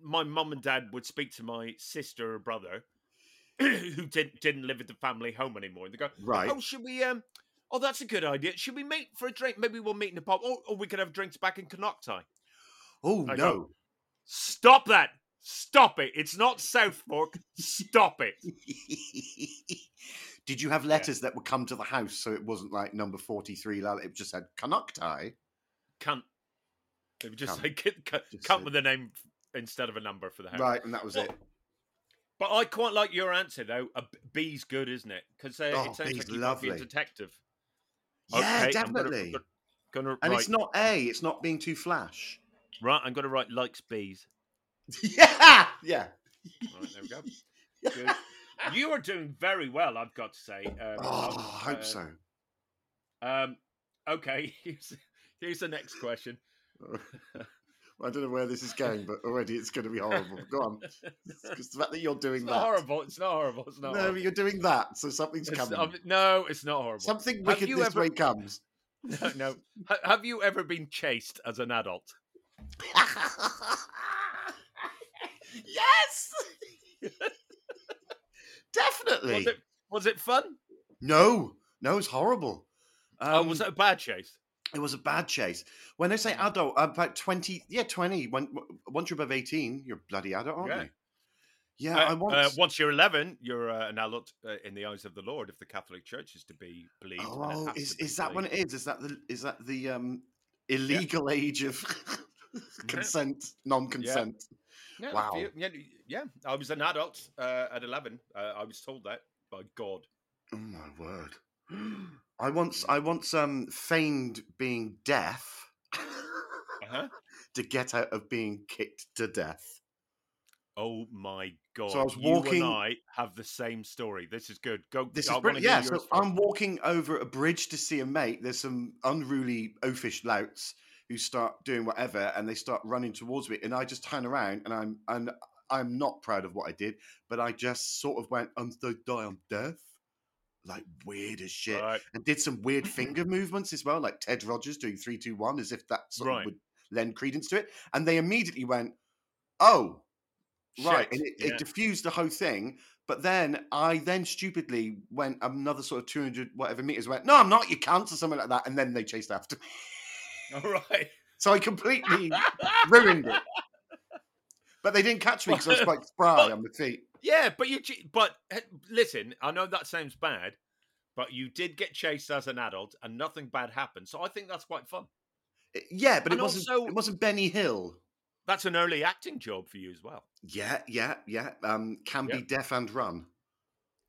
A: my mum and dad would speak to my sister or brother who didn't didn't live at the family home anymore. And they go,
B: right.
A: Oh, should we um Oh, that's a good idea. Should we meet for a drink? Maybe we'll meet in a pub. Or, or we could have drinks back in Canoctai.
B: Oh,
A: I
B: no.
A: Stop that. Stop it. It's not South Fork. Stop it.
B: Did you have letters that would come to the house so it wasn't like number 43? la- It just said Canucti.
A: Cunt. They would just
B: Cunt.
A: say cunt, cunt,
B: Just
A: cunt
B: say-
A: with a name f- instead of a number for the house.
B: Right, and that was it.
A: But I quite like your answer, though. A b- bee's good, isn't it? Because uh, it
B: Oh,
A: sounds
B: bee's
A: like you might be a
B: lovely.
A: detective.
B: Yeah,
A: Okay, I'm gonna-
B: definitely.
A: Gonna,
B: and
A: right,
B: it's not A, it's not being too flash.
A: right, I'm going to write likes bees.
B: yeah. Yeah.
A: Right, there we go. Good. you are doing very well, I've got to say. Um,
B: Oh,
A: um,
B: I hope
A: uh,
B: so.
A: Um, okay, here's, here's the next question.
B: I don't know where this is going, but already it's going to be horrible. Go on. Because the fact that you're doing
A: It's
B: that.
A: not horrible. It's not horrible. It's not.
B: No,
A: horrible.
B: but you're doing that, so something's
A: It's-
B: coming.
A: um, no, it's not horrible.
B: Something
A: Have
B: wicked
A: you
B: this
A: ever-
B: way comes.
A: No, no. Ha- Have you ever been chased as an adult?
B: yes,
A: Was
B: definitely.
A: it, was it fun?
B: No, no, it's horrible.
A: Oh,
B: Um,
A: was Mm. it a bad chase?
B: It was a bad chase. When they say adult, uh, about twenty, yeah, twenty. When w- once you're above eighteen, you're a bloody adult, aren't
A: Yeah.
B: you? Yeah,
A: Uh,
B: I once.
A: uh, once you're 11, you're uh, an adult uh, in the eyes of the Lord if the Catholic Church is to be believed. and it
B: oh,
A: has
B: is
A: to be
B: is that when it
A: believed.
B: is? Is that the is that the um, illegal age of consent, non-consent?
A: Yeah, if
B: Wow.
A: you- yeah, yeah, I was an adult uh, at 11. Uh, I was told that by God.
B: Oh my word! I once, I once um, feigned being deaf
A: Uh-huh.
B: to get out of being kicked to death.
A: Oh my God.
B: was
A: You
B: walking-
A: and I have the same story. This is good. Go.
B: This
A: I
B: is
A: wanna
B: brilliant.
A: hear
B: Yeah, so
A: yours first.
B: I'm walking over a bridge to see a mate. There's some unruly oafish louts who start doing whatever, and they start running towards me, and I just turn around, and I'm and I'm not proud of what I did, but I just sort of went, "I'm so die, I'm deaf," like weird as shit.
A: Right.
B: and did some weird finger movements as well, like Ted Rogers doing three, two, one, as if that sort
A: Right.
B: of would lend credence to it. And they immediately went, "Oh, right,"
A: Shit.
B: and it,
A: Yeah.
B: it diffused the whole thing. But then I then stupidly went another sort of two hundred whatever meters, went, "No, I'm not, you can't," or something like that. And then they chased after me,
A: All right.
B: so I completely ruined it. But they didn't catch me because I was quite spry on my feet.
A: Yeah, but you. ch- But eh, listen, I know that sounds bad, but you did get chased as an adult, and nothing bad happened. So I think that's quite fun.
B: It- Yeah, but it
A: And
B: wasn't.
A: also-
B: it wasn't Benny Hill.
A: That's an early acting job for you as well.
B: Yeah, yeah, yeah. Um, can be
A: Yeah.
B: deaf and run.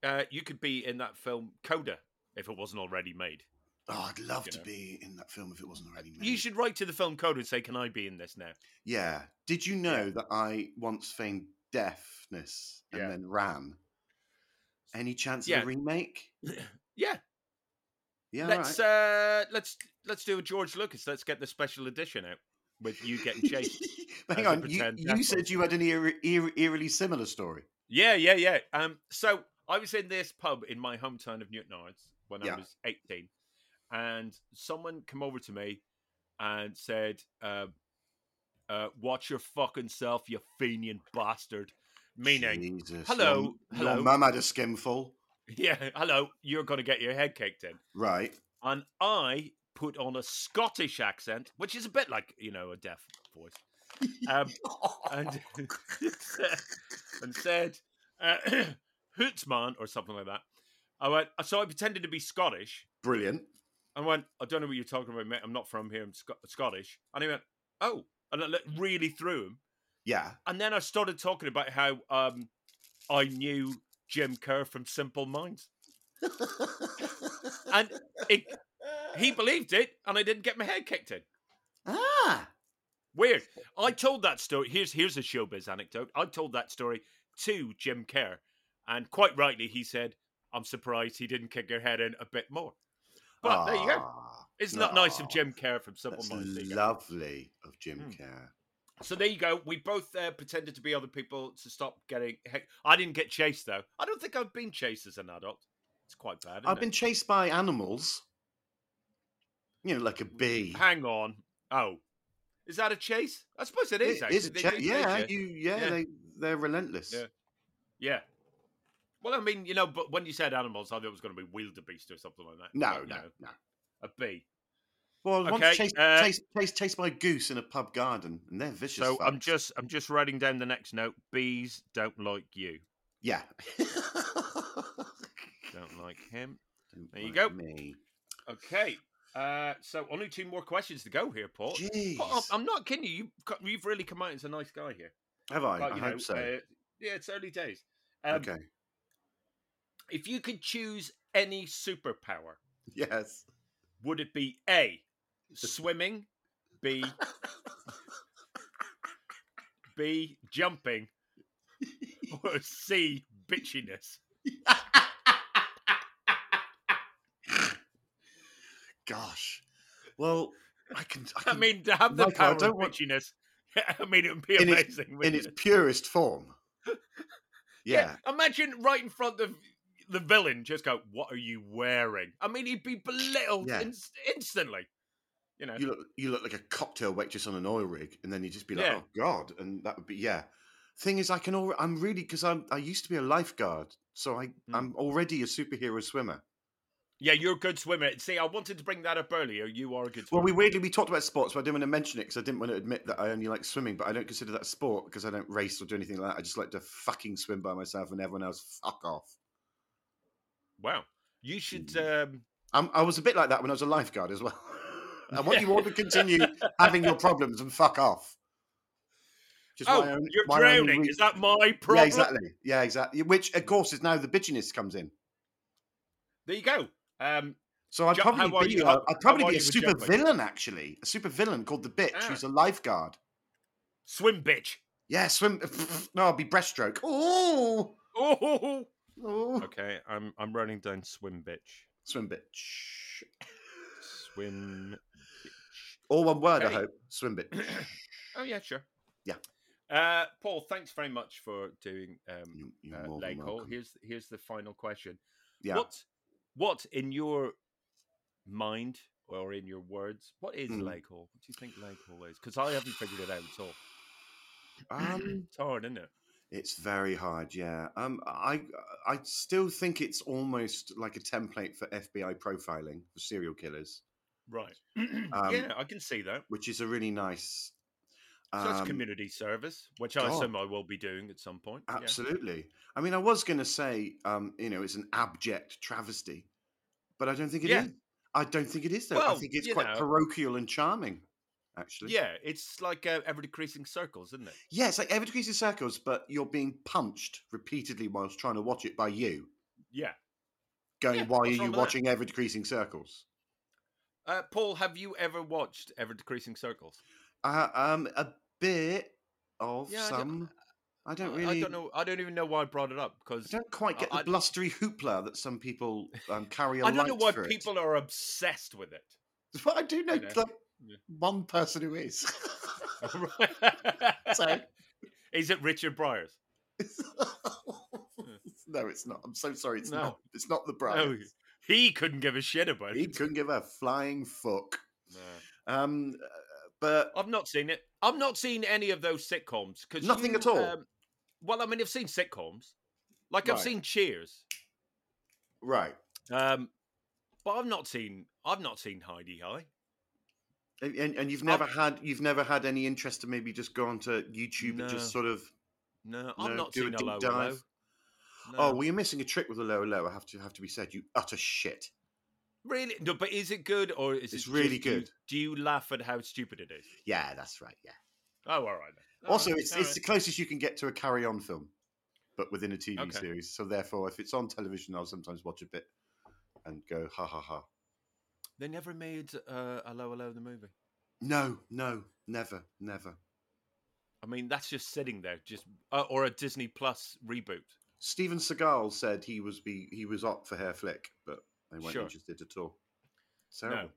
A: Uh, you could be in that film Coda if it wasn't already made.
B: Oh, I'd love
A: you
B: to
A: know.
B: be in that film if it wasn't already made.
A: You should write to the film Coda and say, "Can I be in this now?"
B: Yeah. Did you know that I once feigned deafness and
A: Yeah.
B: then ran? Any chance
A: Yeah.
B: of a remake?
A: Yeah,
B: Yeah.
A: let's
B: right.
A: uh, let's let's do a George Lucas. Let's get the special edition out with you getting chased.
B: But hang
A: as a
B: on. You,
A: pretend deaf
B: you said you had an eerie, eerie, eerily similar story.
A: yeah, yeah, yeah. Um, so I was in this pub in my hometown of Newton Ards when I
B: Yeah.
A: was eighteen, and someone came over to me and said, uh, uh, "Watch your fucking self, you fenian bastard." Meaning,
B: Jesus.
A: hello,
B: your-
A: hello.
B: Your mum had a skinful.
A: Yeah, hello. You're going to get your head caked in.
B: Right.
A: And I put on a Scottish accent, which is a bit like, you know, a deaf voice. Um, and, and said, uh, Hootsman or something like that. I went, "Uh, so I pretended to be Scottish.
B: Brilliant.
A: I went, I don't know what you're talking about, mate. I'm not from here. I'm Sc- Scottish. And he went, oh. And I looked really through him.
B: Yeah.
A: And then I started talking about how um, I knew Jim Kerr from Simple Minds. And it, he believed it, and I didn't get my head kicked in.
B: ah.
A: Weird. I told that story. Here's here's a showbiz anecdote. I told that story to Jim Kerr, and quite rightly, he said, "I'm surprised he didn't kick your head in a bit more." But there you go.
B: Ah.
A: Isn't that nice of
B: Aw,
A: Jim Kerr from Simple
B: That's
A: Minds? There you go.
B: lovely of Jim
A: Mm.
B: Kerr.
A: So there you go. We both uh, pretended to be other people to stop getting. Heck, I didn't get chased though. I don't think I've been chased as an adult. It's quite bad. isn't
B: I've been
A: it?
B: chased by animals. You know, like
A: Mm,
B: a bee.
A: Hang on. Oh, is that a chase? I suppose it is.
B: It
A: actually.
B: is a
A: They
B: cha-
A: do chase
B: yeah,
A: you.
B: you, yeah,
A: Yeah.
B: They, they're relentless.
A: Yeah. Yeah. Well, I mean, you know, but when you said animals, I thought it was going to be wildebeest or something like that.
B: No,
A: But
B: no, no.
A: a bee.
B: Well, I was
A: Okay,
B: once chased,
A: uh,
B: chased, chased, chased by a goose in a pub garden, and they're vicious.
A: so I'm
B: fucks.
A: just, I'm just writing down the next note. Bees don't like you.
B: yeah.
A: Don't like him.
B: Don't
A: There you
B: like
A: go.
B: Me.
A: Okay. Uh, so only two more questions to go here, Paul.
B: Jeez.
A: But um, I'm- I'm not kidding you. You've, got- you've really come out as a nice guy here.
B: Have I?
A: But,
B: I
A: you
B: hope
A: know,
B: so.
A: uh, yeah, it's early days. Um,
B: okay.
A: If you could choose any superpower,
B: Yes.
A: would it be A, swimming, B, B, jumping, or C, bitchiness?
B: Gosh. Well, I can. I,
A: I
B: can-
A: mean, to have the
B: Michael, I
A: power of
B: don't want-
A: bitchiness, I mean, it would be
B: In its-
A: amazing.
B: in
A: wouldn't
B: its
A: it?
B: purest form. Yeah.
A: Imagine right in front of the villain, just go, "What are you wearing?" I mean, he'd be belittled
B: Yeah.
A: ins- instantly. You know,
B: You look, you look like a cocktail waitress on an oil rig, and then you'd just be like,
A: Yeah.
B: "Oh God!" And that would be yeah. Thing is, I can already. I'm really because I'm. I used to be a lifeguard, so I.
A: Hmm.
B: I'm already a superhero swimmer.
A: yeah, you're a good swimmer. See, I wanted to bring that up earlier. You are a good swimmer.
B: Well, we weirdly we talked about sports, but I didn't want to mention it because I didn't want to admit that I only like swimming. But I don't consider that a sport because I don't race or do anything like that. I just like to fucking swim by myself, and everyone else fuck off.
A: wow, you should.
B: Mm.
A: Um,
B: i I was a bit like that when I was a lifeguard as well. I want you all to continue having your problems and fuck off. Just
A: oh,
B: why I only-
A: you're
B: why I only
A: drowning.
B: read-
A: Is that my problem?
B: Yeah, exactly. Yeah, exactly. Which, of course, is now the bitchiness comes in.
A: There you go. Um,
B: So I'd
A: Ju-
B: probably
A: how are
B: be,
A: you-
B: a-
A: how-
B: I'd probably
A: how are
B: be a
A: you with
B: super
A: jumping?
B: villain, actually. A super villain called the bitch,
A: Ah.
B: who's a lifeguard.
A: swim, bitch. Yeah.
B: Yeah, swim. No, I'll be breaststroke. Oh,
A: Oh.
B: oh.
A: Okay, I'm I'm running down. Swim, bitch.
B: swim bitch.
A: Swim, bitch.
B: All one word,
A: Okay.
B: I hope. Swim bitch.
A: Oh yeah, sure.
B: Yeah.
A: Uh, Paul, thanks very much for doing um,
B: You, you're
A: uh,
B: more than
A: Lake Hole.
B: welcome.
A: Here's here's the final question.
B: Yeah.
A: What what in your mind or in your words, what is
B: Mm.
A: Lake Hall? What do you think Lake Hall is? Because I haven't figured it out at all.
B: Um,
A: It's hard, isn't it?
B: It's very hard, yeah. Um, I I still think it's almost like a template for FBI profiling for serial killers,
A: Right.
B: Um,
A: yeah, I can see that.
B: which is a really nice.
A: So that's
B: um,
A: community service, which I
B: God.
A: assume I will be doing at some point. yeah.
B: Absolutely. I mean, I was going to say, um, you know, it's an abject travesty, but I don't think it is.
A: Yeah.
B: I don't think it is. Though
A: Well,
B: I think it's
A: you
B: quite
A: know.
B: parochial and charming, actually.
A: Yeah, it's like uh, ever decreasing circles, isn't it?
B: Yeah, it's like ever decreasing circles, but you're being punched repeatedly whilst trying to watch it by you.
A: Yeah.
B: Going,
A: Yeah,
B: why are
A: what's wrong
B: you
A: with that?"
B: watching ever decreasing circles?
A: Uh, Paul, have you ever watched Ever Decreasing Circles?
B: Uh, um, a bit of
A: Yeah, I don't-
B: some. I don't,
A: I-
B: really.
A: I don't know. I don't even know why I brought it up
B: I
A: because
B: don't quite get
A: I- I-
B: the blustery hoopla that some people um, carry
A: I
B: on.
A: don't know why people are obsessed with it.
B: It. Well, I do know
A: you know.
B: like,
A: Yeah.
B: one person who is.
A: Right.
B: so
A: Is it Richard Bryars?
B: no, it's not. I'm so sorry. It's
A: No.
B: not. It's not the Brian.
A: Oh, He couldn't give a shit about
B: he
A: it.
B: couldn't give a flying fuck.
A: No.
B: Um, uh, but
A: I've not seen it. I've not seen any of those sitcoms. Cause
B: Nothing
A: you, um,
B: at all?
A: well, I mean, I've seen sitcoms. Like I've
B: Right.
A: seen Cheers.
B: right,
A: Um, but I've not seen. I've not seen Heidi High.
B: and, and, and you've
A: I've-
B: never had you've never had any interest to maybe just go onto YouTube and
A: No.
B: just sort of
A: No, I've
B: No,
A: not
B: do a
A: seen
B: deep
A: Hello Hello.
B: dive.
A: No.
B: Oh, well, you're missing a trick with the lower low. I have to have to be said. You utter shit.
A: really? No, but is it good or is it
B: It's really
A: just you-
B: good.
A: do you laugh at how stupid it is?
B: Yeah, that's right. Yeah.
A: Oh, all right. Then.
B: also,
A: All right,
B: it's
A: all
B: it's
A: right.
B: the closest you can get to a carry-on film, but within a TV
A: Okay.
B: series. So therefore, if it's on television, I'll sometimes watch a bit and go ha ha ha.
A: they never made uh, Hello Hello the movie.
B: No, no, never, never.
A: I mean, that's just sitting there, just uh, or a Disney Plus reboot.
B: Steven Seagal said he was be he was up for hair flick, but they weren't
A: Sure.
B: interested at all. Terrible.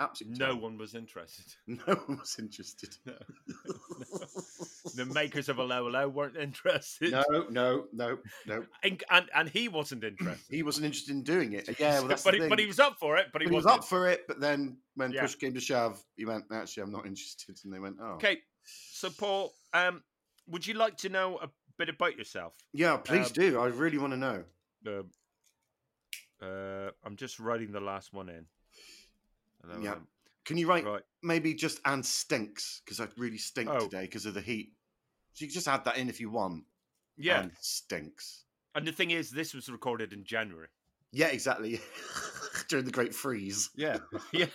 B: Absolutely.
A: No one was interested.
B: No one was interested.
A: The makers of a low low weren't interested,
B: no, no, no, no.
A: and, and and he wasn't interested.
B: He wasn't interested in doing it. Yeah, well, that's
A: but,
B: the
A: he,
B: thing.
A: but he was up for it. But he,
B: But he was
A: wasn't.
B: up for it, but then when
A: Yeah.
B: push came to shove, he went, actually, I'm not interested. And they went, oh.
A: Okay, so Paul, um, would you like to know a bit about yourself?
B: Yeah, please
A: Um,
B: do. I really want to know.
A: Um, uh, I'm just writing the last one in. Hello,
B: Yeah.
A: um,
B: Can you write
A: Right.
B: maybe just and stinks? Because I really stink
A: Oh.
B: today because of the heat. So you can just add that in if you want.
A: Yeah.
B: And stinks.
A: And the thing is, this was recorded in January.
B: Yeah, exactly. During the Great Freeze.
A: Yeah. yeah.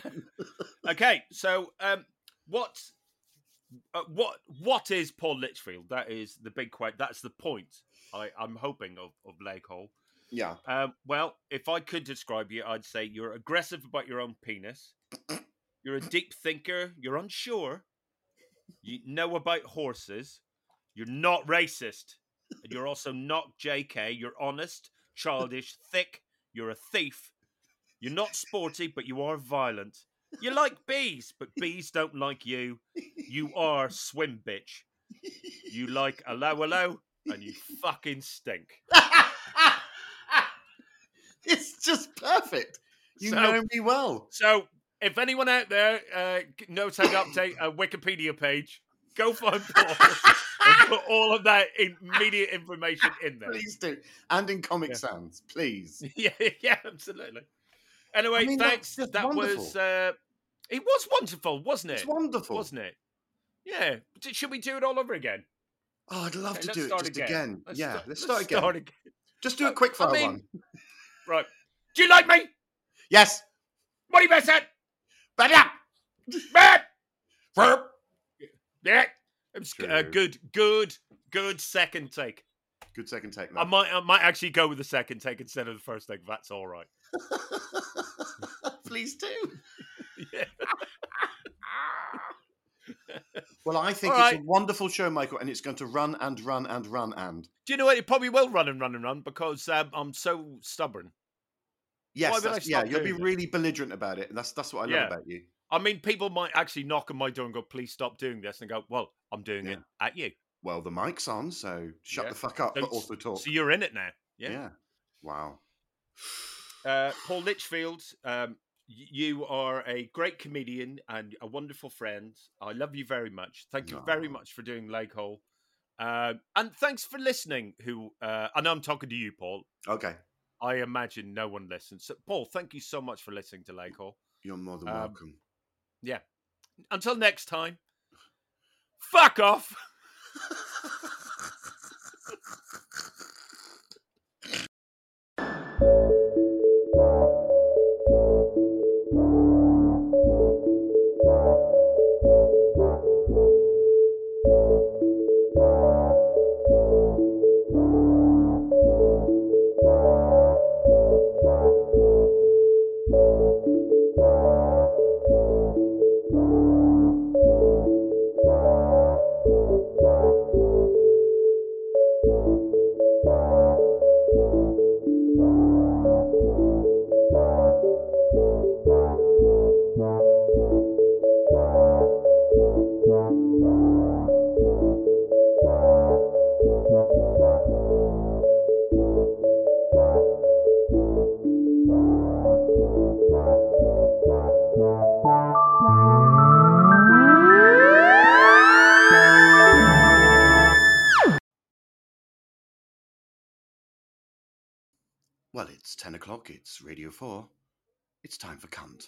A: Okay. So, um, what, uh, what, what is Paul Litchfield? That is the big question. That's the point. I, I'm hoping of of Lake Hall.
B: Yeah.
A: Um, well, if I could describe you, I'd say you're aggressive about your own penis. You're a deep thinker. You're unsure. You know about horses. You're not racist. And you're also not JK. You're honest, childish, thick. You're a thief. You're not sporty, but you are violent. You like bees, but bees don't like you. You are swim bitch. You like a low low, and you fucking stink.
B: it's just perfect. You
A: So-
B: know me well.
A: So, if anyone out there uh, knows how to update a Wikipedia page, go find Paul and put all of that immediate information in there.
B: Please do. And in Comic
A: Yeah.
B: Sans, please.
A: Yeah, yeah, absolutely. Anyway,
B: I mean,
A: thanks.
B: that's just
A: That was
B: wonderful.
A: uh, it was wonderful, wasn't it?
B: It's wonderful.
A: Wasn't it? Yeah. D- Should we do it all over again?
B: Oh, I'd love
A: Okay,
B: to
A: let's
B: do it
A: start
B: just
A: again.
B: again.
A: Let's
B: yeah,
A: start-
B: let's start again. Just do
A: I-
B: a quick fire
A: I mean-
B: one.
A: Right. Do you like me?
B: Yes.
A: What do you best at?
B: But yeah.
A: Man!
B: Verb.
A: Yeah. It was g- uh,
B: True.
A: good, good, good second take.
B: Good second take,
A: I
B: man.
A: might, I might actually go with the second take instead of the first take. That's all right.
B: Please do.
A: Yeah.
B: Ah. Well, I think
A: All
B: it's
A: right.
B: a wonderful show, Michael, and it's going to run and run and run and.
A: Do you know what? It probably will run and run and run because um, I'm so stubborn. Why
B: Yes,
A: would
B: that's-
A: I
B: yeah,
A: stop
B: you'll be
A: doing it?
B: really belligerent about it, and that's that's what I love
A: Yeah.
B: about you.
A: I mean, people might actually knock on my door and go, "Please stop doing this," and I go, "Well, I'm doing it at you,
B: Well, the mic's on, so shut
A: Yeah.
B: the fuck up,
A: So
B: but
A: it's-
B: also talk.
A: so you're in it now."
B: yeah.
A: Yeah.
B: Wow.
A: Uh, Paul Litchfield, um, y- you are a great comedian and a wonderful friend. I love you very much. Thank you very
B: Aw.
A: much for doing Lake Hole, uh, and thanks for listening. Who uh, I know I'm talking to you, Paul.
B: Okay.
A: I imagine no one listens. So, Paul, thank you so much for listening to Lake Hall.
B: You're more than
A: Um,
B: welcome.
A: Until next time, fuck off.
B: Well, it's 10 o'clock, it's Radio 4. It's time for cunt.